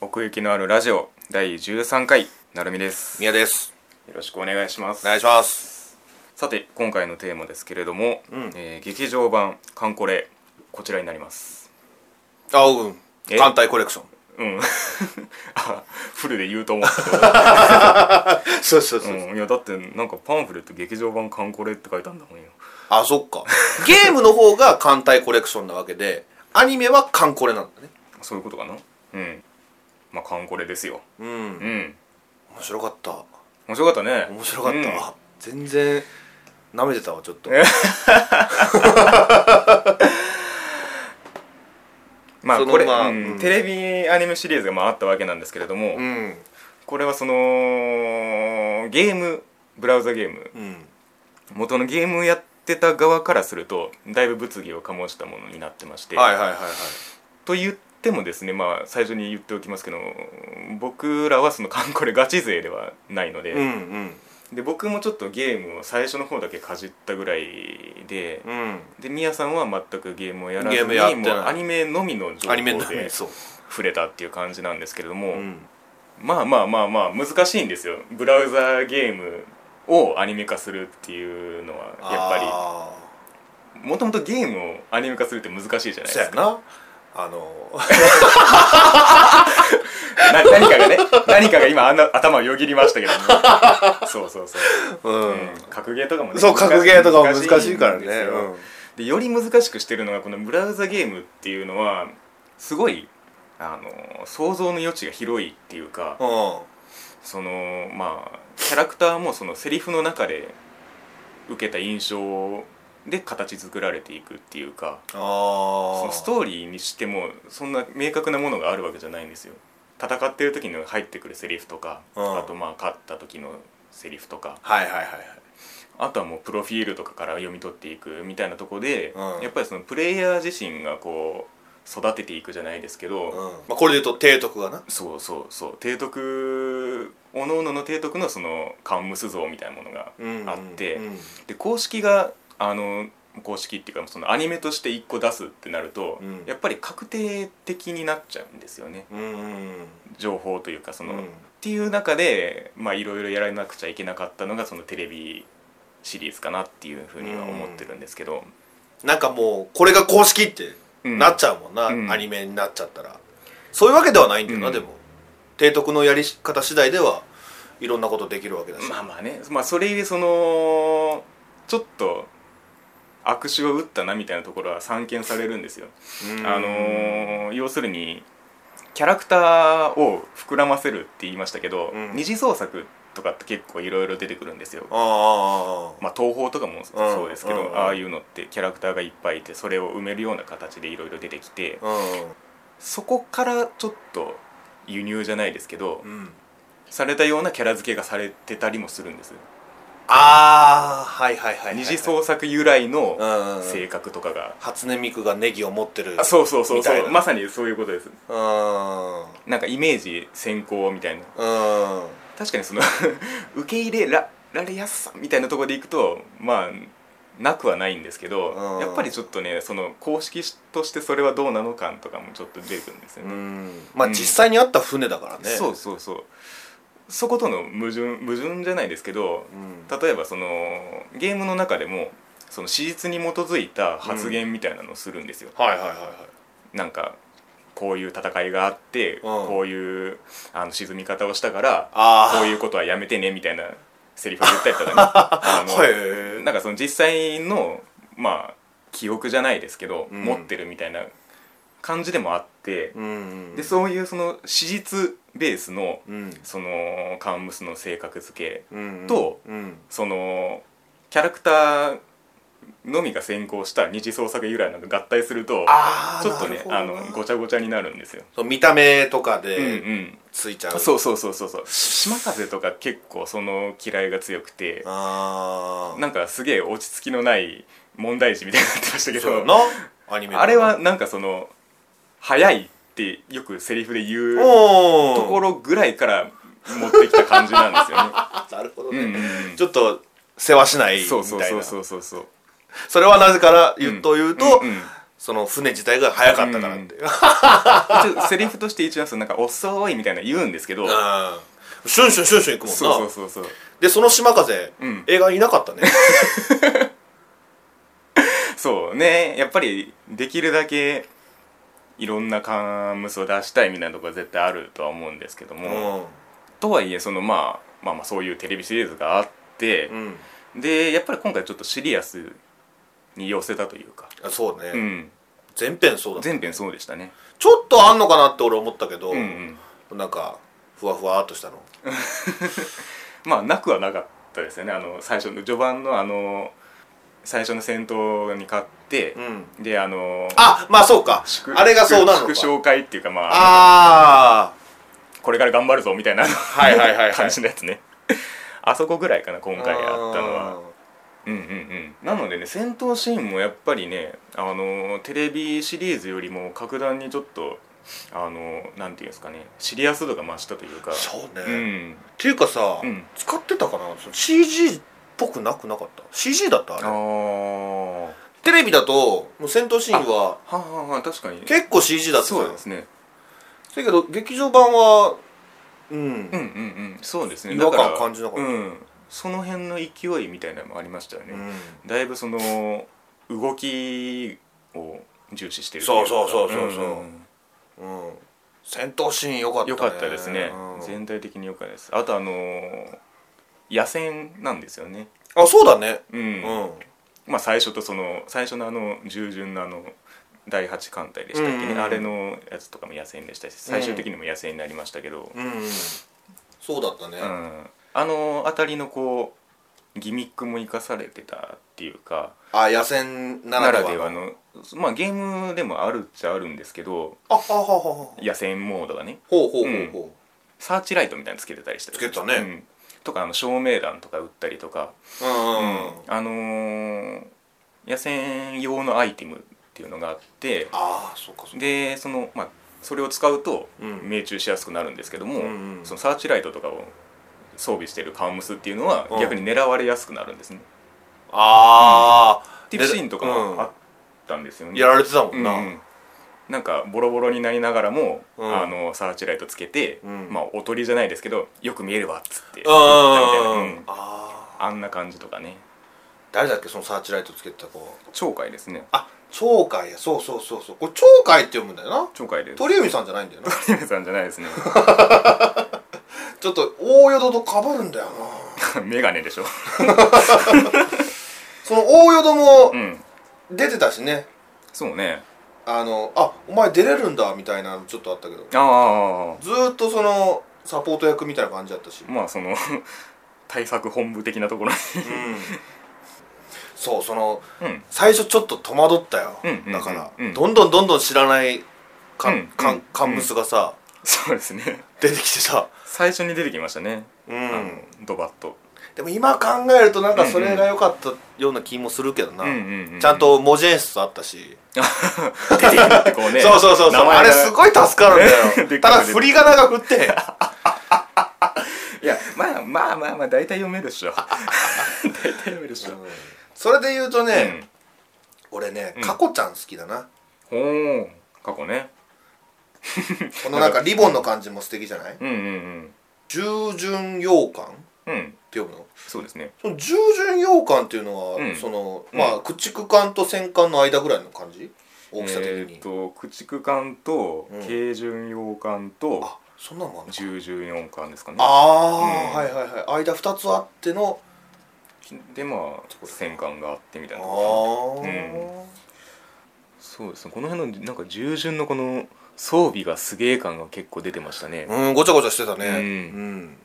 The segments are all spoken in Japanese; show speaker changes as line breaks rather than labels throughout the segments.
奥行きのあるラジオ第13回なるみですよ
宮です
ろしくお願いします
お願いします
さて今回のテーマですけれども、
ん
えー劇場版「カンコレ」こちらになります
あうん
え
艦隊コレクション
うん あフルで言うと思ったけど
そうそうそ
うん、いやだってなんかパンフレット劇場版「カンコレ」って書いたんだもんよ
あそっかゲームの方が艦隊コレクションなわけでアニメは艦コレなんだね
そういうことかなうんまあ「カンコレ」ですよ
うん
う
面
ん
白かった
面白かったね
面白かった、
うん
全然舐めてたわちょっと
まあ
その
これ、
まあ
うん
うん
テレビアニメシリーズがまああったわけなんですけれども、
うん
これはそのゲームブラウザゲーム
うん
元のゲームをやってた側からするとだいぶ物議を醸したものになってまして、
はいはいはいはい
と言ってもですねまあ最初に言っておきますけど僕らはそのカンコレガチ勢ではないので、
うん
で僕もちょっとゲームを最初の方だけかじったぐらいで
うん、うん
でみやさんは全くゲームをやらず
ゲームやって
に
ない
もうアニメのみの情
アニメの
報で
そう、
触れたっていう感じなんですけれども、
うん、
まあまあまあまあ難しいんですよブラウザゲームをアニメ化するっていうのはやっ
あ
ぱりもともとゲームをアニメ化するって難しいじゃ
ー
ない
そ
です
うや
か
なあの
な何かがね 何かが今あんな頭をよぎりましたけどもそうそう そう、
うん
うん格ゲーとかもね
そう
難しい
格ゲーとかも難しいから
難しんです
ね
よ
うん
でより難しくしてるのがこのブラウザゲームっていうのはすごいあの想像の余地が広いっていうか、
うん
そのまあキャラクターもそのセリフの中で受けた印象で形作られていくっていうかそ
あ
の
あ
ストーリーにしてもそんな明確なものがあるわけじゃないんですよ戦ってる時に入ってくるセリフとか、
うん
あとまあ勝った時のセリフとか
はいはいはいはい
あとはもうプロフィールとかから読み取っていくみたいなとこで、
うん
やっぱりそのプレイヤー自身がこう育てていくじゃないですけど、
うんまあ、これで言うと提督がな
そうそうそう提督おののの提督のそのカンムス像みたいなものがあって、
うん
で公式があの公式っていうかそのアニメとして1個出すってなると、
うん
やっぱり確定的になっちゃうんですよね
うんうん
情報というかその、
うん
っていう中でまあいろいろやらなくちゃいけなかったのがそのテレビシリーズかなっていうふうには思ってるんですけど、
なんかもうこれが公式って
うん
なっちゃうもんな、
うん
アニメになっちゃったらそういうわけではないんだよな、
うん
でも提督のやり方次第ではいろんなことできるわけだし、
まあまあね、まあ、それゆえそのちょっと握手を打ったなみたいなところは散見されるんですよ、
うん
あのー要するにキャラクターを膨らませるって言いましたけど、
うん
二次創作とかって結構いろいろ出てくるんですよ、
ああ
まあ、東宝とかもそうですけど、
うんうん
ああいうのってキャラクターがいっぱいいてそれを埋めるような形でいろいろ出てきて
あああ
そこからちょっと輸入じゃないですけど、
うん、うん、
されたようなキャラ付けがされてたりもするんです
ああはいはいはいはい、はい、
二次創作由来の
うんうん
性格とかが、
初音ミクがネギを持ってる
あそうそうそう
みた
そ
いうな
まさにそういうことです
うん
なんかイメージ先行みたいな
うん
確かにその 受け入れらられやすさみたいなところでいくとまあなくはないんですけど、
うん
やっぱりちょっとねその公式としてそれはどうなのかとかもちょっと出てくるんですよ
う
ね,、
んまあ
うん
実際にあった船だからね
そうそうそうそことの矛盾矛盾じゃないですけど
うん
例えばそのゲームの中でもその史実に基づいた発言みたいなのをするんですよ、
はいはいはいはい
なんかこういう戦いがあって、こういうあの沈み方をしたから
あー
こういうことはやめてねみたいなセリフを言ったりとか ねあの、
へえ
なんかその実際のまあ記憶じゃないですけど、
うん
持ってるみたいな感じでもあって、
うん
でそういうその史実ベースの
うん
そのカンムスの性格付け
うん
と
うん
そのキャラクターのみが先行した二次創作由来なんか合体すると
あー
ちょっとねあ
なるほど
の
な
ごちゃごちゃになるんですよ。
そう見た目とか
うんう
で
ん、
ついちゃう
そうそうそうそうそう島風とか結構その嫌いが強くて
ああ
なんかすげえ落ち着きのない問題児みたいになってましたけ
そうや
ど
なアニメ
あれはなんかその「早い」ってよくセリフで言う
お
とこ
ろ
ろぐらいから持ってきた感じなんですよ ね。
なるほど
うんうん
ね
うん
ちょっと世話しないみ
そうそう
たい
そう
な
そうそうそう
それはなぜから言うと言うと
んん
その船自体が早かったからっていう、
一応セリフとして一応そのなんか「遅い」みたいな言うんですけど
あーシュンシュンシュンシュン行くもんな
そうそうそうそう
でその島風、
うん
映画にいなかったね
そうねやっぱりできるだけいろんなカンムスを出したいみたいなところは絶対あるとは思うんですけど
う
も、
ん
とはいえその、まあ、まあまあそういうテレビシリーズがあって
う、ん
でやっぱり今回ちょっとシリアスに寄せたというか、
あそうね、
うん、
全編そうだった
全編そうでしたね
ちょっとあんのかなって俺思ったけど、
うんうん
なんかふわふわっとしたの
まあなくはなかったですよねあの最初の序盤のあの最初の戦闘に勝って、
うん
であの
あまあそうか
祝
あれがそうなの
祝
か
祝勝会っていうかまあ
あ
これから頑張るぞみたいな
はいはいはいはい
感じのやつねあそこぐらいかな今
あ
回あったのはうんうんうんなのでね戦闘シーンもやっぱりねあのテレビシリーズよりも格段にちょっとあのなんていうんですかねシリアス度が増したというか
そうね、
う
っ
ん
ていうかさ、
うん
使ってたかなその CG っぽくなくなかった CG だった
あ
あ
ー
れ
は
テレビだともう戦闘シーンは
あはあはあ確かに
結構 CG だったじゃん
そうですね
だけど劇場版はうん、
うんうんうんそうですね
違和感
だら
感じなかった
うんその辺の勢いみたいなのもありましたよね、
うん
だいぶその動きを重視してる
そうそうそうそうそうん
ん
うん戦闘シーン良かったね
良かったですね、
うん
全体的に良かったですあとあのー野戦なんですよね
あそうだね
うん、
うん、
まあ最初とその最初のあの従順なあの第8艦隊でしたっけね、
うんうんうん
あれのやつとかも野戦でしたし最終的にも野戦になりましたけど、
うんうん、そうだったね、
うんあの辺りのこうギミックも生かされてたっていうか
あ野戦な
な
らで
ら
は
ではのまあゲームでもあるっちゃあるんですけど
あはははは
野戦モードがね
ほうほうほうほう、
サーチライトみたいなのつけてたりして
つけてたね
うんとかあの照明弾とか撃ったりとか、
うんうん、うん、
あのー野戦用のアイテムっていうのがあって
ああそうかそうか
でその、まあ、それを使うと
うん
命中しやすくなるんですけども、
うんうん
そのサーチライトとかを装備してるカウムスっていうのは
うん
逆に狙われやすくなるんですね、
ああ、
っていうシーンとか
うん
もあったんですよね、
やられてたもんな、
うんなんかボロボロになりながらも、
うん
あのサーチライトつけて、
うん
まあおとりじゃないですけどよく見えるわっつって
うんうんうん
うん
ああ
あんな感じとかね
誰だっけそのサーチライトつけてた子
鳥海ですね
あ鳥海やそうそうそうそうこれ鳥海って読むんだよな
鳥海です
鳥海さんじゃない んだよな
鳥海さんじゃないですね
ちょっと大淀とかぶるんだよな
メガネでしょ
その大淀も
うん
出てたしね、
そうね
あのあお前出れるんだみたいなのちょっとあったけど
あ
ずーっとそのサポート役みたいな感じだったし
あまあその 対策本部的なところに
うんそうその
うん
最初ちょっと戸惑ったよ、
うんうんうん
だから、
うん
どんどんどんどん知らないカ
う
ン
ん
カ
う
ン
ん
カンムスがさ、
そうですね
出てきてさ、
最初に出てきましたね、
う
あ
ん
のドバッと
でも今考えるとなんかそれが良かったような気もするけどな、ちゃんと文字演出あったし、
出てくるって こうね
そうそうそうそう
名前が
あれすごい助かるんだ
でっかいの出てく
よ
る
ただ振り仮名が振って
いやまあまあまあまあ大体読めるっしょ 大体読めるっしょ、
それで言うと
うん
ね、俺ね
うん
カコちゃん好きだな、
ほー過去ね
このなんかリボンの感じも素敵じゃない
うんうん
従順羊羹っ
うんうん
て呼ぶの
そうですね
その従順羊羹っていうのは、
うん
その
うん
まあ駆逐艦と戦艦の間ぐらいの感じ大きさ的に、
えーっと駆逐艦と
うん
軽巡洋艦と
あそんなのもあるのか
重巡洋艦ですかね
ああ、
うん
はいはいはい間2つあっての
でまあ戦艦があってみたい
あ
な
あ
とこ
ー、
そうですねこの辺のなんか従順のこの装備がすげえ感が結構出てましたね、やっ
うんごちゃごちゃしてたね
うん
ん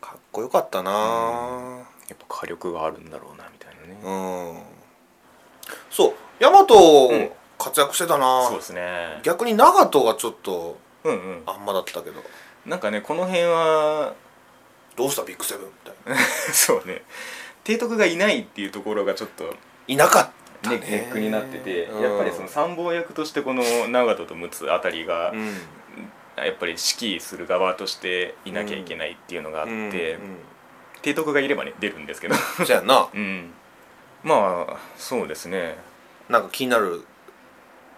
かっこよかったな
ぱ火力があるんだろうなみたいなね、
うん、そう大和、
うん
活躍してたな
そうですね
逆に長門がちょっと
うんうん
あんまだったけど
なんかねこの辺は
どうしたビッグセブンみたいな
そうね提督がいないっていうところがちょっと
いなかった
ネ
ね
ックになってて、
うん
やっぱりその参謀役としてこの長門と陸奥あたりが、
うん
やっぱり指揮する側としていなきゃいけないっていうのがあって、
うん
提督がいればね出るんですけど
うん、そやんな
うんまあそうですね
なんか気になる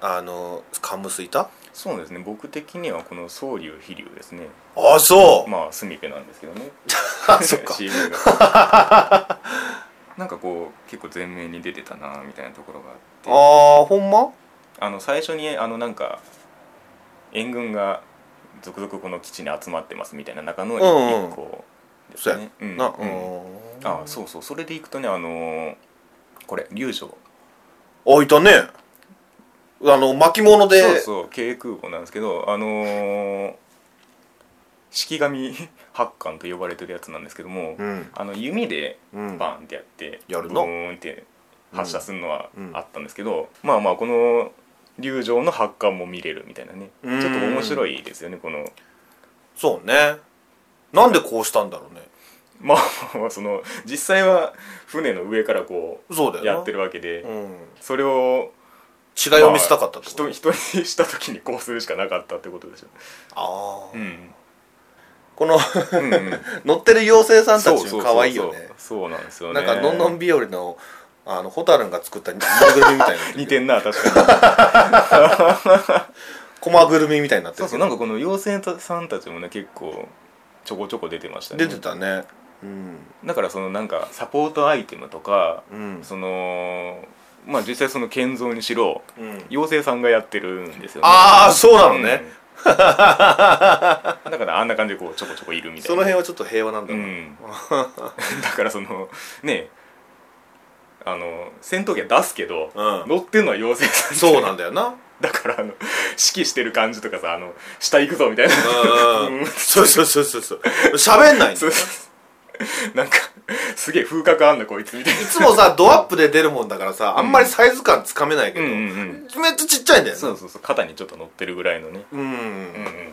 あのカムスいた
そうですね僕的にはこの宗龍飛龍ですね
あそう、
まあスミペなんですけどね
あそっ か
CM がなんかこう結構前面に出てたなみたいなところがあって
ああほんま
あの最初にあのなんか援軍が続々この基地に集まってますみたいな中の
うんうん
一個で
そ
す
うや
ね。うん
なう
うん
ん
あそうそうそれでいくとねあのーこれ龍城
あいたねあの巻物で
そうそう軽空母なんですけどあのー式神八巻と呼ばれてるやつなんですけども、
うん
あの弓で
うん
バンってやって、
やるな
ブーンって発射するのはあったんですけど、まあまあこの龍城の発艦も見れるみたいなねち
う
ょ
ん
っと面白いですよねこの
そうねなんでこうしたんだろうね
まあまあまあその実際は船の上からこ
そうだ
う
よな
やってるわけで、
うん
それを
違いを見せたかったってこと
まあ人人にした時にこうするしかなかったってことでしょ
あ
う
あ、
ん、
この
うんうん、
乗ってる妖精さん
そ
た
う
ち
そうそう
も可愛いよね
そうなんですよ
な
ね
んかのんのん日和のあの蛍が作ったぬいぐるみみたいになって る
似てんな確かに
駒ぐるみみたいになって
そ
る
うそうなんかこの妖精さんたちもね結構ちょこちょこ出てましたね
出てたねうん
だからそのなんかサポートアイテムとか
うん
そのまあ実際その建造にしろ
うん
妖精さんがやってるんですよね
ああそうなのね、
うんだからあんな感じでこうちょこちょこいるみたいな
その辺はちょっと平和なんだ
う
な、
んだからそのねあの戦闘機は出すけど、
うん
乗ってんのは妖精さん
そうなんだよな
だからあの指揮してる感じとかさあの下行くぞみたいな
うんそうそうそうそうそう喋んないんだ
そ
よ
うなんかすげえ風格あんなこいつみたいない
つもさドアップで出るもんだからさあんまりサイズ感つかめないけど、
うん
めっちゃちっちゃいんだよね
そうそうそう肩にちょっと乗ってるぐらいのね
うん、
うんうん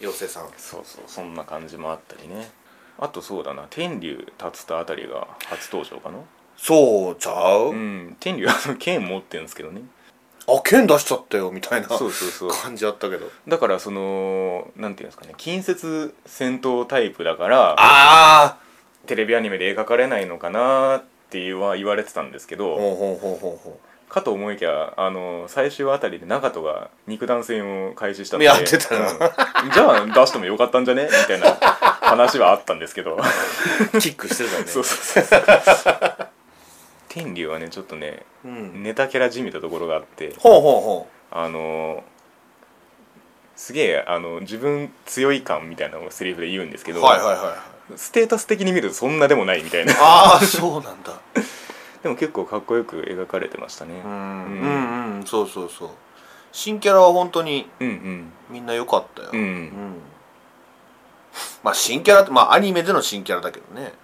妖精さん
そうそうそんな感じもあったりねあとそうだな天竜達田あたりが初登場かな
そうちゃう、
うん天竜あの剣持ってるんですけどね
あ剣出しちゃったよみたいな
そうそうそう
感じあったけど
だからそのなんていうんですかね近接戦闘タイプだから
ああ
テレビアニメで描かれないのかなっていうは言われてたんですけど、
ほうほうほうほうほ
かと思いきやあの最終あたりで長門が肉弾戦を開始したので
やってたな
うんじゃあ出してもよかったんじゃねみたいな話はあったんですけど
うキックしてたね
そうそうそう天竜はねちょっとね
うん、
ネタキャラじみたところがあって
ほうほうほ
あのすげえあの自分強い感みたいなのをセリフで言うんですけ
う
ど、
はいはいはい
ステータス的に見るとそんなでもないみたいな
ああそうなんだ
でも結構かっこよく描かれてましたね、
うん
うん
うんうんそうそうそう新キャラは本当に
うん、うん
みんな良かったよ
うん
うんまあ新キャラってまあアニメでの新キャラだけどね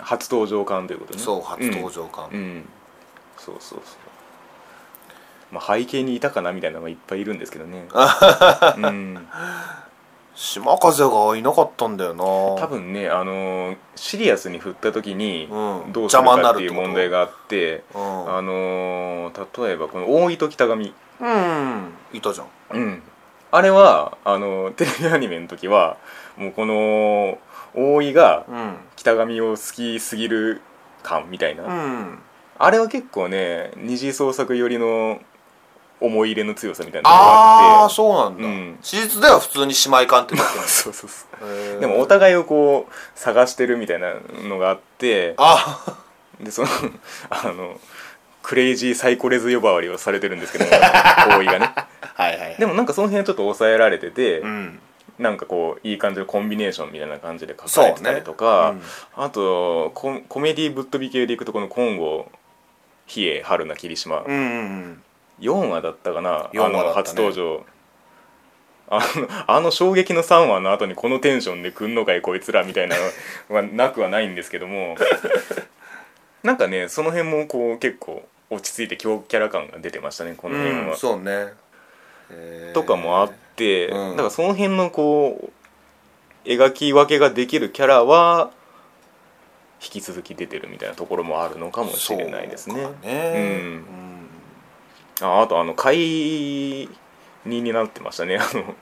初登場感ということね
そう初登
場
場感、
うんそうそうそうまあ背景にいたかなみたいなのがいっぱいいるんですけどね、 うん、
島風がいなかったんだよな
多分ね、あのーシリアスに振った時に
うん
どうするかっていう
邪魔になるってこと
問題があって、
うん、
あのー例えばこの大井と北上、
うん、いたじゃん
うん、あれはあのーテレビアニメの時はもうこの大井が
うん
北上を好きすぎる感みたいな、
うん
あれは結構ね二次創作寄りの思い入れの強さみたいなのが
あ
あ
あ
って
そうなんだ、
うん
史実では普通に姉妹感ってだ
そうそうそう
けへー
でもお互いをこう探してるみたいなのがあって
あ
でその あのクレイジーサイコレズ呼ばわりをされてるんですけど大井がね
はいはい
でもなんかその辺はちょっと抑えられてて、
うん
なんかこういい感じのコンビネーションみたいな感じで書かれてたりとか、
そうね
あとココメディぶっ飛び系でいくとこの「金剛比叡春菜霧島」
うんうん
4話だったかな
4話
あ
だ
の
ったね
初登場あのあの衝撃の3話の後にこのテンションで来んのかいこいつらみたいなのはなくはないんですけど もなんかねその辺もこう結構落ち着いて強キャラ感が出てましたねこの辺は、
うんそうねへー
とかもあって、
うん
だからその辺のこう描き分けができるキャラは引き続き出てるみたいなところもあるのかもしれないですね
そう。かね
うんああとあの会人になってましたねあの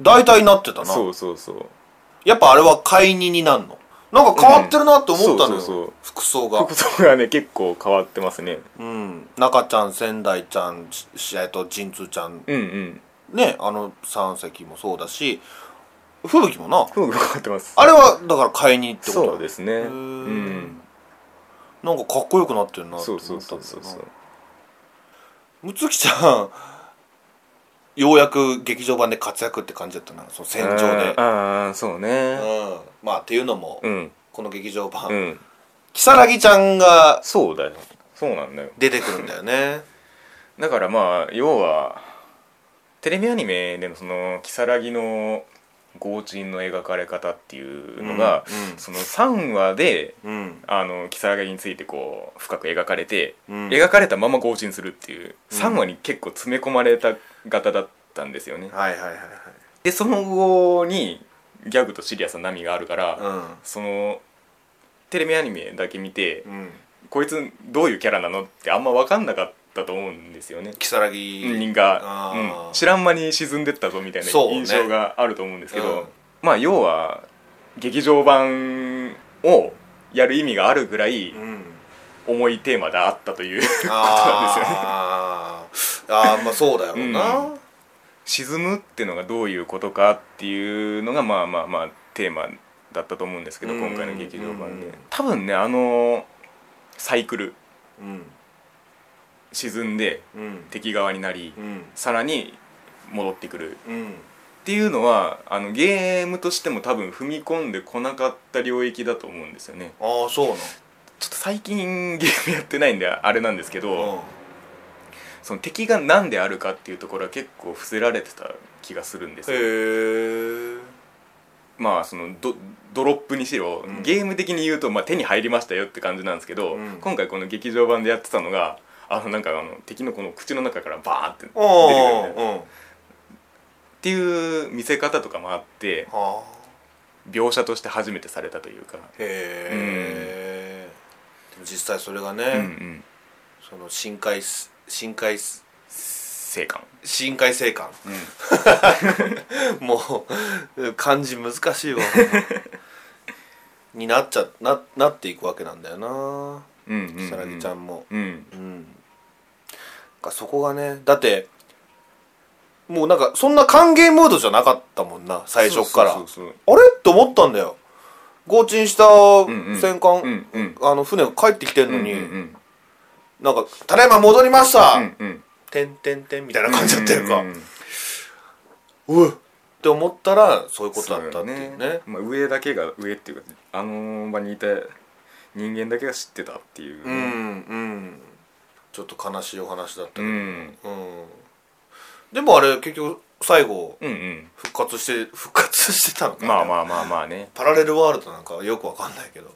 大体なってたな
そうそうそう
やっぱあれは解任になんのなんか変わってるなって思っ
うん
たのよ、
そうそうそう
服装が
服装がね結構変わってますね
うん中ちゃん仙台ちゃんししえっと陣通ちゃん
うんうん
ねあの三席もそうだし吹雪もな
服が変わってます
あれはだから買いにってこと
そうですねう
へー
ん
なんかかっこよくなってるなって
そう
思った
そ
ん
う
だ
そ
よ
うそうそ
な
う
むつきちゃんようやく劇場版で活躍って感じだったなその戦場
あ
で
ーあーそうね
うんまあっていうのも、
うん
この劇場版、
うん
如月ちゃんが
そうだよそうなんだよ
出てくるんだよね
だからまあ要はテレビアニメでのその如月の強沈の描かれ方っていうのが、
うんうん
その3話で
うん
あの如月についてこう深く描かれて、
うん
描かれたまま強沈するっていう
うん
3話に結構詰め込まれた型だったんですよね、
はいはいはい
でその後にギャグとシリアスな波があるから、
は
そのテレビアニメだけ見て、
いうんうん
こいつどういうキャラなのってあんま分かんなかったと思うんですよね
如月
人
あ
が、
ー
うん、知らん間に沈んでったぞみたいな
そうね
印象があると思うんですけど、
うん
まあ要は劇場版をやる意味があるぐらい
うん
重いテーマであったということなんですよね
あーあーまあそうだよな、
うん沈むっていうのがどういうことかっていうのがまあまあまあテーマだったと思うんですけど
うん
今回の劇場版で
うん
多分ねあのサイクル
うん
沈んで
うん
敵側になり
うん
さらに戻ってくる
うん
っていうのはあのゲームとしても多分踏み込んでこなかった領域だと思うんですよね
ああそうな
ちょっと最近ゲームやってないんであれなんですけど、
の
その敵が何であるかっていうところは結構伏せられてた気がするんですよ
へえ
まあそのドドロップにしろ、
ん
ゲーム的に言うと、まあ、手に入りましたよって感じなんですけど、
うん
今回この劇場版でやってたのがあのなんかあの敵のこの口の中からバーンって出てくるみ
あ
たいなっ
あ
ていう見せ方とかもあって
あ
描写として初めてされたというか、
へえ、でも実際それがね、
うんうん、
その深海す深海す
生還
深海生還、 もう漢字難し いわになっちゃななっていくわけなんだよな
うんうん
さらぎちゃんも
うん
うん、かそこがねだってもうなんかそんな歓迎ムードじゃなかったもんな最初っから
そうそうそう
あれって思ったんだよ強沈した
んうん
戦
う
艦、
んうん
あの船が帰ってきてん
そう
のに、
うんうん
なんか「ただいま戻りました
うんうん
てんてんてんみたいな感じだったよか、
う
う
んうんうん
うっって思ったらそういうことだったっていうね
そうねまあ、上だけが上っていうかあの場にいた人間だけが知ってたっていう
うん
ね、
うんちょっと悲しいお話だったけ
う
ど、
ん、う
う
んん
でもあれ結局最後
うん
復活して復活してたのかな
まあまあまあまあね
パラレルワールドなんかよくわかんないけど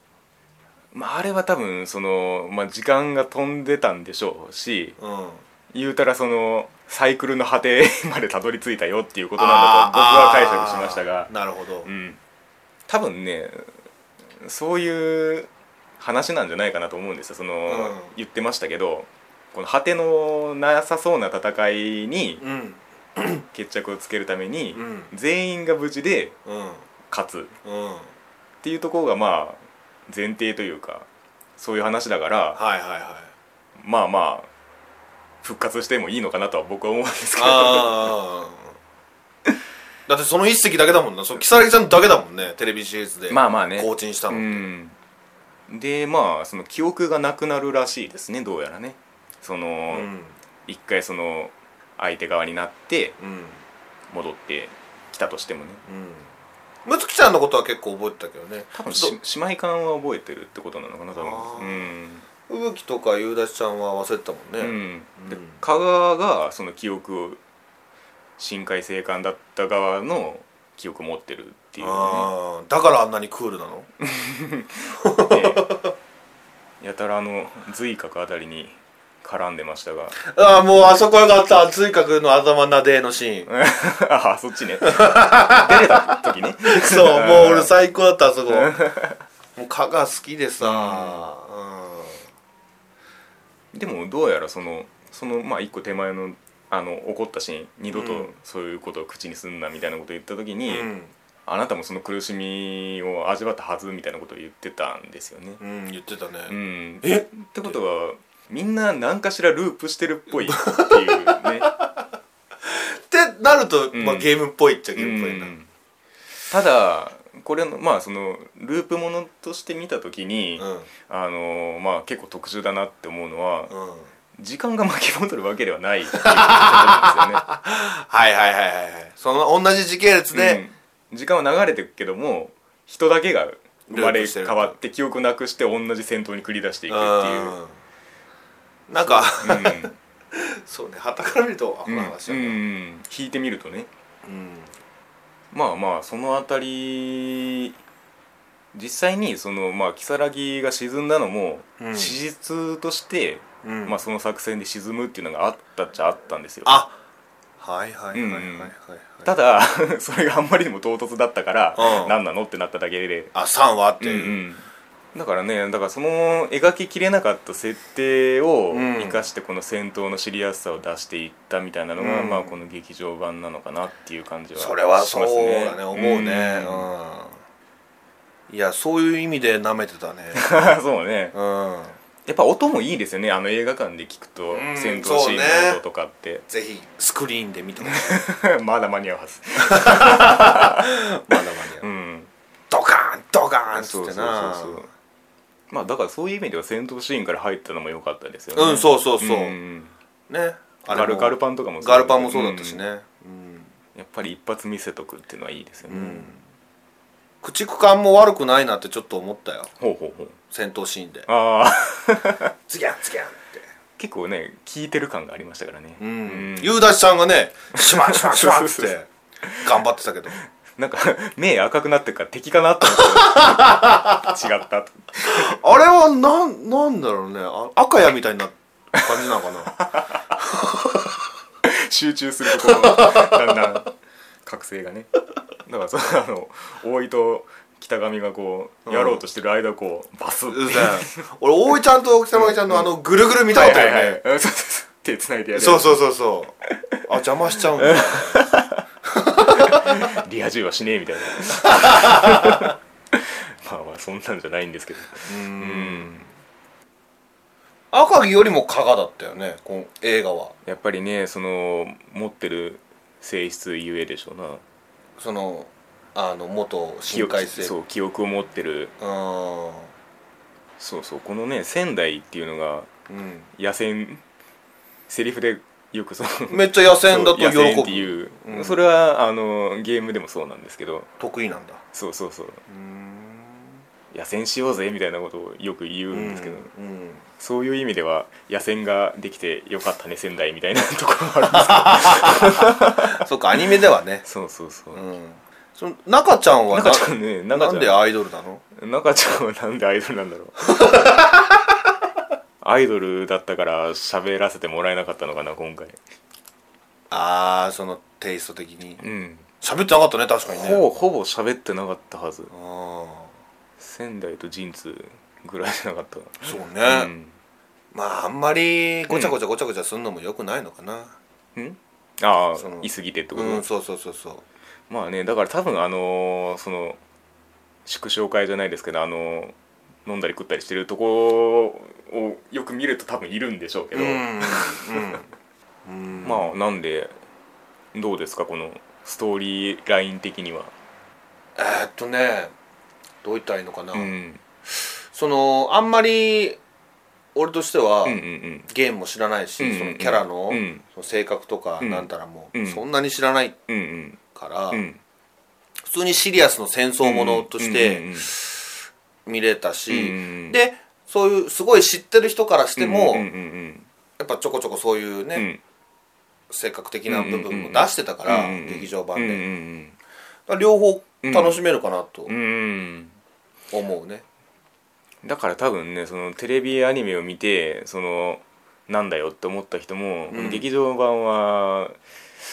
まああれは多分その、まあ、時間が飛んでたんでしょうし
うん
言うたらそのサイクルの果てまでたどり着いたよっていうことなんだと僕は解釈しましたが
あーなるほど、
うん、多分ねそういう話なんじゃないかなと思うんですよその、
ん
言ってましたけどこの果てのなさそうな戦いに
うん
決着をつけるために、
うん
全員が無事で
うん
勝つっ
うんはい
ていうところがまあ前提というかそういう話だから
はいはい
まあまあ復活してもいいのかなとは僕は思うんですけど
あーだってその一席だけだもんなその如月ちゃんだけだもんねテレビシリーズで
まあまあね
更新した
う
の、
ん、でまあその記憶がなくなるらしいですねどうやらねその、
うん
一回その相手側になって
うん
戻ってきたとしてもね
むつきちゃんのことは結構覚えてたけどね
多分
ちょっ
し姉妹感は覚えてるってことなのかな多
あ
分
と吹雪とか夕立ちゃんは忘れてたもんね、
うん、うんで
うん
加賀がその記憶を深海生還だった側の記憶を持ってるっていうね
ああだからあんなにクールなの
でやたらあの髄核あたりに絡んでました が
ああもうあそこよかった追加の頭なでのシーン
あそっちね出れた時ね
そう、もう俺最高だった、あそこ。もう蚊が好きでさ、
でもどうやらそのそのまあ一個手前のあの怒ったシーン二度
う
と
ん
そういうことを口にすんなみたいなことを言った時
うん。
に、
うん。
あなたもその苦しみを味わったはずみたいなことを言ってたんですよね。
うん言ってたね、
うん、
え
ってことはみんな何かしらループしてるっぽいって いうね。
ってなると、
うん
まあ、ゲームっぽいっちゃゲ
う
ームっぽいな、
ん、ただこれのまあそのループものとして見た時に、
う
あのまあ結構特殊だなって思うのは、
んうん
時間が巻き戻るわけではないっていうことなん
はいはいはいはいはいその同じ時系列
ですよね。う
で、
ん時間は流れていくけども人だけが生ま
ルー
れ
プして
変
る
わって記憶なくして同じ戦闘に繰り出していくっていう。
うんなんか
うん
そうねはたから見るとアホ
うん
な話だ
うんう
ね
ん聞いてみるとね
うん
まあまあそのあたり実際にそのまあ如月が沈んだのも
うん
史実として、
うん
まあ、その作戦で沈むっていうのがあったっちゃあったんですよ
あはいはいはいはいはい、
うんう
は
ん
い
ただ それがあんまりにも唐突だったから
うん
何なのってなっただけで、
あ3はあって、
うんうんだからねだからその描ききれなかった設定を
うん
生かしてこの戦闘の知りやすさを出していったみたいなのが、
うん
まあこの劇場版なのかなっていう感じは
それは
し
そう
ますね
だね思うね
うん
うんいやそういう意味で舐めてたね
そうね
うん
やっぱ音もいいですよねあの映画館で聞くと
うん
戦闘シーンの音とかって、
ぜひスクリーンで見てほし い
まだ間に合うはず
まだまだ
うん
ドカーンドカーンっ
そ
つっ
うそ
て
うそう
な
そうまあだからそういう意味では戦闘シーンから入ったのも良かったですよね
うんそうそうそうんねあ
ガ
れも
ルガルパンとかもそう
ガルパンもそうだったしね、うん
うんやっぱり一発見せとくっていうのはいいですよね、
うん駆逐艦も悪くないなってちょっと思ったよ
ほうほうほう
戦闘シーンで
ああ
ズギャンズギャンって
結構ね聞いてる感がありましたからね
うん
うん
ゆうだしさんがねシュワンシュワンシュワンっつ
そ
っ
うそう そ
て頑張ってたけど
なんか 目赤くなってるから敵かなと思 ったら違ったと
あれはなんなんだろうねあ赤やみたいな感じなのかな
集中するところだんだん覚醒がねだからそのあの大井と北上がこうやろうとしてる間こうバスッ
うぜ俺大井ちゃんと北村ちゃんのあのぐるぐる見たかったよね、
うんそうそうそう手つないでやる
そうそうそうそうあ邪魔しちゃうんだ
リア充はしねえみ たいなまあまあそんなんじゃないんですけど うん
赤城よりも加賀だったよねこの映画は
やっぱりねその持ってる性質ゆえでしょうな
そのあの元深海生
そう記憶を持ってる
うーん
そうそうこのね仙台っていうのが
うん
野戦セリフでよくその
めっちゃ野戦だと
野戦って
喜ぶ
いう、
うん
それはあのゲームでもそうなんですけど
得意なんだ
そうそうそう
うーん
野戦しようぜみたいなことをよく言うんですけど、
うん
そういう意味では野戦ができてよかったね仙台みたいな ところもあるんです
そうかアニメではね
けどそうそうそう、
うんその中ちゃんはな
中ちゃんね中
なん
ち
で
ゃ
アイドルなの
ん中ちゃんはなんでアイドルなんだ ろうアイドルだったから喋らせてもらえなかったのかな今回
ああそのテイスト的に
うん
喋ってなかったね確かにね
ほぼほぼ喋ってなかったはず
あ
仙台と陣痛ぐらいじゃなかった
ーそう
う
ね、
ん
まああんまりごちゃごちゃごちゃごちゃすんのもよくないのかな
うんああ
その
いすぎてってこ
う
と、
ん、そうそうそうそう
まあねだから多分あのーその縮小会じゃないですけどあのー飲んだり食ったりしてるとこをよく見ると多分いるんでしょうけど、
うんまあ
まあなんでどうですかこのストーリーライン的には、
えーっとねどう言ったらいいのかな、
うん、
そのあんまり俺としては、
うんうんうん
ゲームも知らないし、
うんうんうん
そのキャラの,、
うん
その性格とか
うん
なんたらも、
うん
そんなに知らない
うんうん
から、
うん
普通にシリアスの戦争ものとし
うん
て見れたし、
うんうんうん
でそういうすごい知ってる人からしても、
うんうんうん
やっぱちょこちょこそういうね、
うんうん
性格的な部分も出してたから、
うんうんうん
劇場版で、
うん
だから両方楽しめるかなと
うんうんうん
思うね、
だから多分ねそのテレビアニメを見てそのなんだよって思った人も、この劇場版は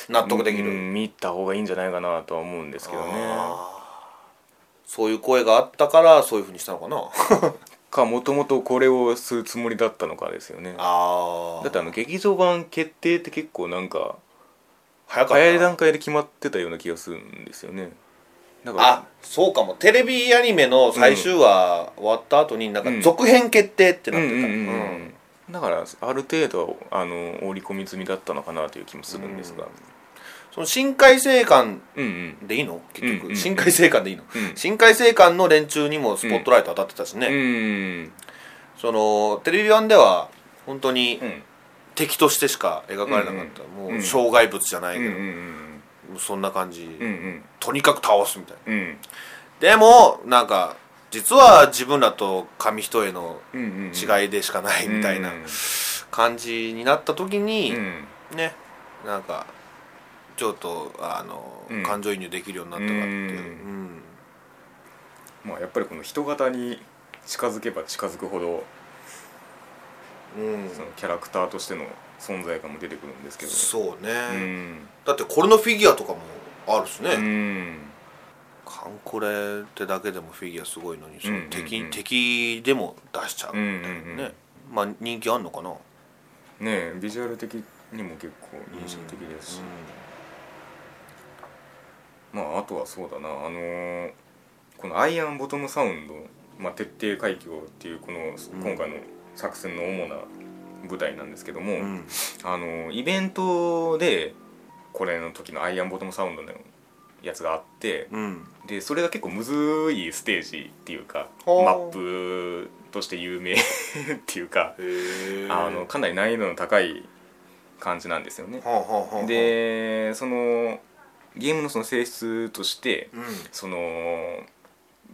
納得できる、
うん見た方がいいんじゃないかなとは思うんですけどね
あーそういう声があったからそういうふうにしたのかな
かもともとこれをするつもりだったのかですよねだ
あ
ってあの劇場版決定って結構なんか
早かった
早い段階で決まってたような気がするんですよねだから
あそうかもテレビアニメの最終話終わった後になんか
うん
続編決定ってな
う
っ
ん
てた、
うんうんうん
うん
だからある程度あの織り込み済みだったのかなという気もするんですが、
その新海星館
うん、うん
でいいの結
うん
局、
うん
新海星館でいいの、
うん
新海星館の連中にもスポットライト当たってたしね、
うんうん
そのテレビ版では本当に
うん
敵としてしか描かれなかった、
ん
もう障害物じゃな
う
い
ん
け
う
ど、
ん
もうそんな感じ、
うんうん
とにかく倒すみたいな
うん
でもなんか実は自分らと紙一重の
うんうん
違いでしかないみたいな
うん
感じになった時に、
うん
ねなんかちょっとあの、
うん
感情移入できるようになったかって
う
いう、うん
まあやっぱりこの人型に近づけば近づくほど
うん
そのキャラクターとしての存在感も出てくるんですけど
そうね、
うん
だってこれのフィギュアとかもあるしね、
うん
カンコレってだけでもフィギュアすごいのにそ
うんうん
の
うん
敵,、敵でも出しちゃう
うんうんうん
ねまあ人気あんのかな、
ねえビジュアル的にも結構印象的ですし、まああとはそうだなあのーこのアイアンボトムサウンド、まあ、徹底開胸っていうこの今回の作戦の主な舞台なんですけども、
うんうん
あのイベントでこれの時のアイアンボトムサウンドのやつがあって
うん
でそれが結構むずいステージっていうかマ
ほう
ップとして有名っていうか
へえ
あのかなり難易度の高い感じなんですよね。
はあはあはあ
でそのゲームのその性質として
うん
その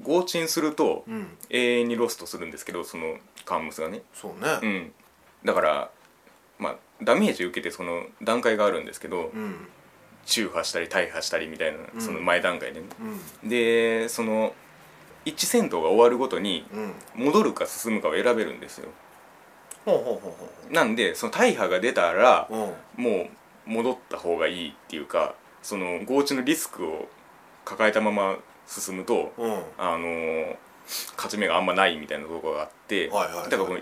合鎮すると
うん
永遠にロストするんですけどそのカンムスがね。
そう
う
ね
ん、だから、まあ、ダメージ受けてその段階があるんですけど、
うん
中波したり大破したりみたいな
うん
その前段階でね、
うん
でその一致戦闘が終わるごとに
うん
戻るか進むかを選べるんですよ
ほうほうほ
なんでその大破が出たら
うほううん
もう戻った方がいいっていうかその合地のリスクを抱えたまま進むと
うん
あのー勝ち目があんまないみたいなところがあって、
はいはいはい
だからこの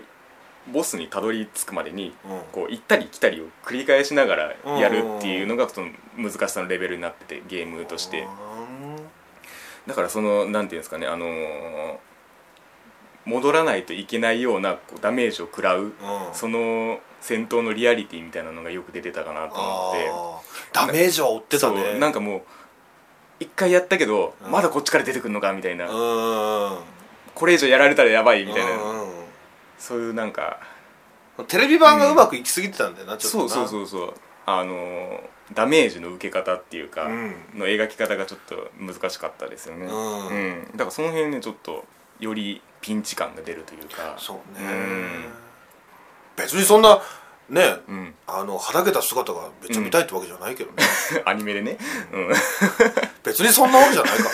ボスにたどり着くまでに
うん
こう行ったり来たりを繰り返しながらやるっていうのがその難しさのレベルになっててゲームとして
うん
だからそのなんていうんですかねあのー戻らないといけないようなこうダメージを食らう
うん
その戦闘のリアリティみたいなのがよく出てたかなと思っ
あーダメージは負って
て
た
そ
ね
うなんかもう一回やったけど
うん
まだこっちから出てくるのかみたいな
うんうん
これ以上やられたらやばいみたいな
うんうん
そういうなんか
テレビ版がうまくいきすぎてたんだよな、ちょっと
そう
な
そうそうそうあのーダメージの受け方っていうか、
うん
の描き方がちょっと難しかったですよね、
うん
んだからその辺ねちょっとよりピンチ感が出るというか
そうね、別にそんなね
うん、うん、
あのはだけた姿がめっちゃ見たいってわけじゃないけどね、
アニメでね、うん、
別にそんなわけじゃないから、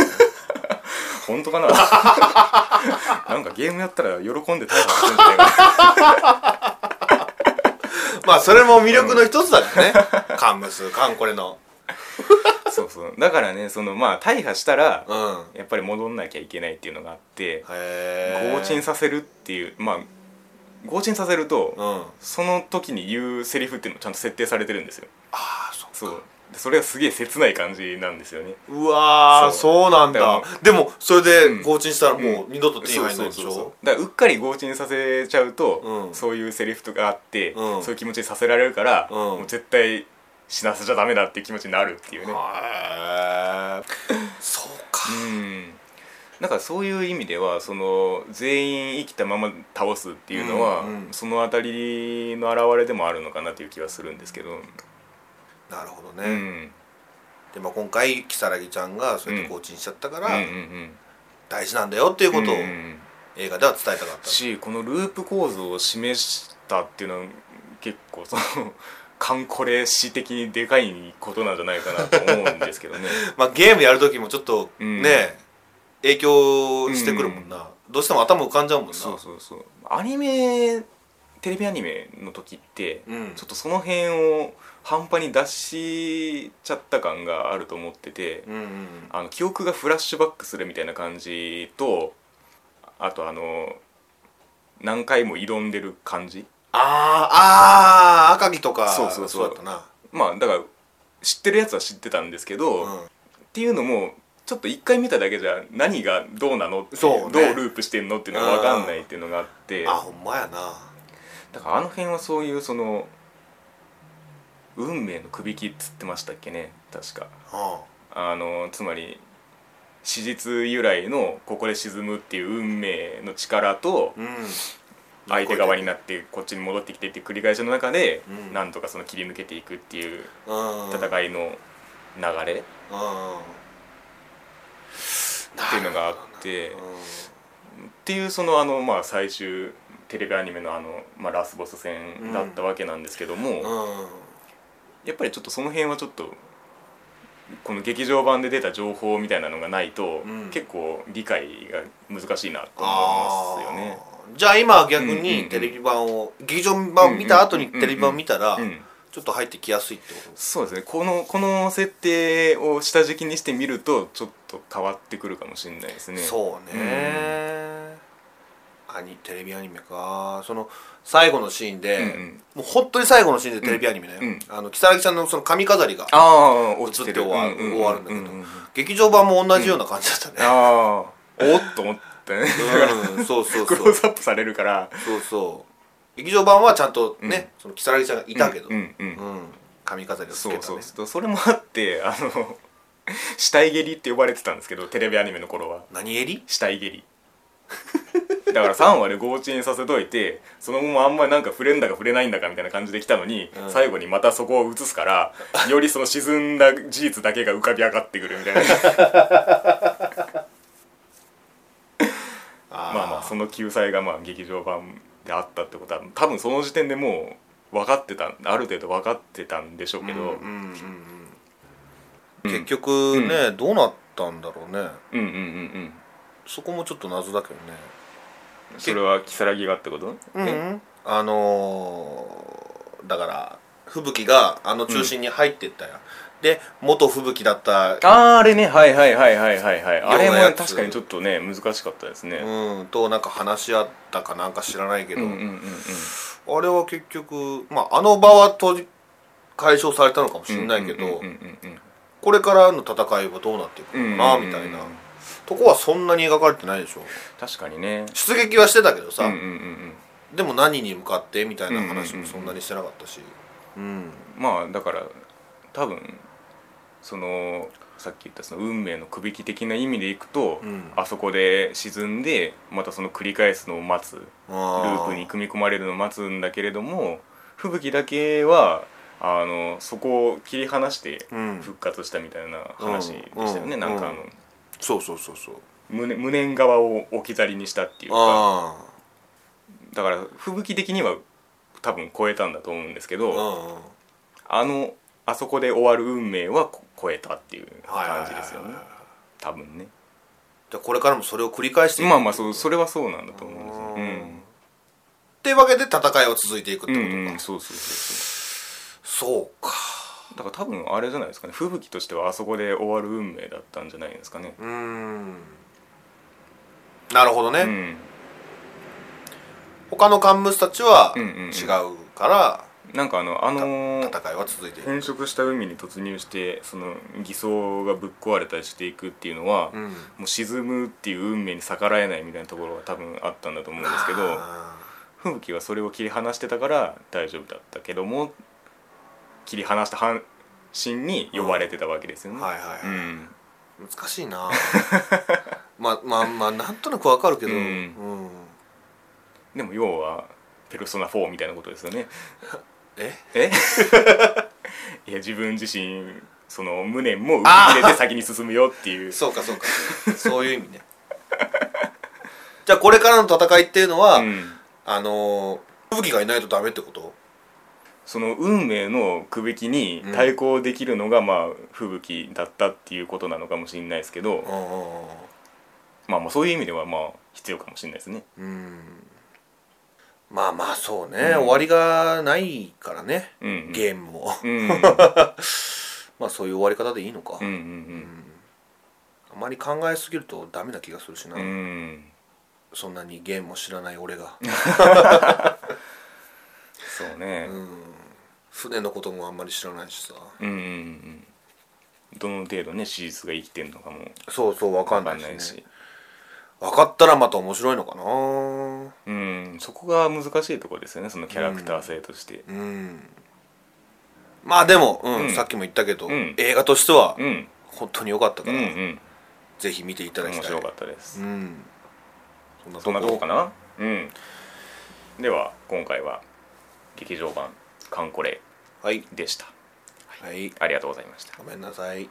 ね、
本当かな なんかゲームやったら喜んでたかするんじゃないか
まあそれも魅力の一つだよね、カンムスカンコレの
な そうそうだからねそのまあ大破したら
うん
やっぱり戻んなきゃいけないっていうのがあって
へえ
合鎮させるっていうまあ合鎮させると、
うんあ
その時に言うセリフっていうのもちゃんと設定されてるんですよ
あそ
そうでそれがすげえ切ない感じなんですよね
ううわー
そう
そうなんだ
だから
でもそれ
う
で
ん
合鎮したらもう二度と手に入らないで
そ
し
うそうそう
ょ
そうだからうっかり強沈させちゃうと、
うん
そういうセリフとかあって、
うん
そういう気持ちにさせられるから、
うん
もう絶対死なせちゃダメだっていう気持ちになるっていうね
へえそうか
うんだからそういう意味ではその全員生きたまま倒すっていうのは、
うんうん
その辺りの表れでもあるのかなという気はするんですけど、
なるほど
う
ね、
ん、
でまあ今回如月ちゃんがそうやって合鎮しちゃったか
うんうん
ら、
うん
大事なんだよっていうことを
うんうん
映画では伝えたかった、
しこのループ構造を示したっていうのは結構その カンコレ史的にでかいことなんじゃないかなと思うんですけどね
まあ、ゲームやる時もちょっとね、
うん
影響してくるもんな、どうしても頭浮かんじゃうもん な
そうそうそうアニメテレビアニメの時って、
うん
ちょっとその辺を半端に出しちゃった感があると思ってて、
うんうん
あの記憶がフラッシュバックするみたいな感じとあとあの何回も挑んでる感じ
あーあー赤城とか
そうそうそう
だったな
まあだから知ってるやつは知ってたんですけど、
うん
っていうのもちょっと一回見ただけじゃ何がどうなのっていう
そうね
どうループしてんのっていうのが分かんないっていうのがあって
あほんまやな
だからあの辺はそういうその運命のくびきっつってましたっけね確か
うん
あのつまり史実由来のここで沈むっていう運命の力と
うん
相手側になってこっちに戻ってきてっていう繰り返しの中で、
うん
なんとかその切り抜けていくっていう
うん
戦いの流れっ
うん
ていうのがあって、
うん
っていうそのあの、まあ、最終テレビアニメのあの、まあ、ラスボス戦だったわけなんですけども、
うん
やっぱりちょっとその辺はちょっとこの劇場版で出た情報みたいなのがないと、
うん
結構理解が難しいなと
あ
思いますよね。
ーじゃあ今逆
うんうんう
に
ん
テレビ版を劇場版を見た後にテレビ版を見たら
うん
ちょっと入ってきやすいってことです
そうですねこのこの設定を下敷きにしてみるとちょっと変わってくるかもしれないですね。
そうねアニテレビアニメかその最後のシーン
うんう
で
ん
もう本当に最後のシーンでテレビアニメ
うんう
ね
ん
あの如月ちゃんのその髪飾りが
ああ落
映
ち
ってて
る
終わ
うんうんうん
終わるんだけど
うう
劇場版も同じような感じだったね
ああおっと思ってね
うんそうそ う
クロー
そう
ズアップされるから
そうそう劇場版はちゃんとねその如月ちゃんがいたけど
うんうんうん
うん髪飾りをつ
そ
け
う
た
そ
ね
うそうそれもあって あの死体蹴りって呼ばれてたんですけどテレビアニメの頃は
何襟
死体 蹴りだから3話で強沈させといてその後もあんまりなんか触れんだか触れないんだかみたいな感じで来たのに、
うん
最後にまたそこを映すからよりその沈んだ事実だけが浮かび上がってくるみ たいな
あー
まあまあその救済がまあ劇場版であったってことは多分その時点でもう分かってたある程度分かってたんでしょうけど、
うんうんうんうん、結局ね、どうなったんだろうね
うんうんうんうん
そこもちょっと謎だけどね
それは如月がってこと、え
えあのーだから吹雪があの中心に入ってったや、で元吹雪だった、
あーあれねはいはいはいはいはいはいあれ
ようなや
も
つ
確かにちょっとね難しかったですね、
うん、となんか話し合ったかなんか知らないけ
う
ど、
ん、うんうんうん
あれは結局、まあ、あの場はとり解消されたのかもしれないけど、
うんうんうん
これからの戦いはどうなっていく
うんうんうんう
の
ん
かなみたいな、とこはそんなに描かれてないでしょ
確かにね
出撃はしてたけどさ、
うんうんうんうん
でも何に向かってみたいな話もそんなにしてなかったしうん
まあだから多分そのさっき言ったその運命のくびき的な意味でいくと、
うん
あそこで沈んでまたその繰り返すのを待つ
ル
ループに組み込まれるのを待つんだけれども吹雪だけはあのそこを切り離して
うん
復活したみたいな話でしたよね、
うん
なんかあの、
うんそうそうそうそう
無念無念側を置き去りにしたっていうか
あ
だから吹雪的には多分超えたんだと思うんですけ
あうん
ど
うん
あのあそこで終わる運命はこ超えたっていう感じですよ
はいはいはい
ね
はい
多分ね
じゃあこれからもそれを繰り返していく
まあまあそうそれはそうなんだと思うんですよ、
うんってわけで戦いは続いていくって
うん
こと
う
か、
んうんそうそうそうそ
そうか
うだから多分あれじゃないですかね吹雪としてはあそこで終わる運命だったんじゃないですかね
うーんなるほどね、
うん
他のカンムスたちは
うんうんうん
違うから
なんかあのあのー
戦いは続いていく、
変色した海に突入してその偽装がぶっ壊れたりしていくっていうのは、
うん、
もう沈むっていう運命に逆らえないみたいなところが多分あったんだと思うんですけど
あ
吹雪はそれを切り離してたから大丈夫だったけども切り離した半身に呼ばれてたわけですよ
ー
ね。
はいはいはい、
うん
難しいな まあまあまあなんとなくわかるけど、
うん
うん
でも要は「ペルソナ4」みたいなことですよね。
え
えいや自分自身その無念も受け入れて先に進むよっていう。
そうかそうかそういう意味ね じゃあこれからの戦いっていうのは、
うん
あのー、吹雪がいないとダメってこと
その運命のくべきに対抗できるのが、まあ吹雪だったっていうことなのかもしれないですけど、
うんうんうん
まあまあそういう意味ではまあ必要かもしれないですね
うんまあまあそうね、終わりがないからね
うんうん
ゲームも、
うんうん
まあそういう終わり方でいいのか、
うん
あまり考えすぎるとダメな気がするしな、
うんうんうん
そんなにゲームも知らない俺が、
そうね
うん、船のこともあんまり知らないしさ
うんうんうんどの程度ね史実が生きてるのかも
そうそう分か
分
ん
か
なんいし,、
ないし、
分かったらまた面白いのかな
うんそこが難しいところですよねそのキャラクター性として
うんまあでも、うん
うん
さっきも言ったけど、
うん
映画としては
うん
本当に良かった
う
か
ん
ら、
うん
ぜひ見ていただきた
面
い
白かったです
うんそんな
そんなと
こ
こかなうんでは今回は劇場版「カンコレ
はい」
でした
はい
ありがとうございました
ごめんなさい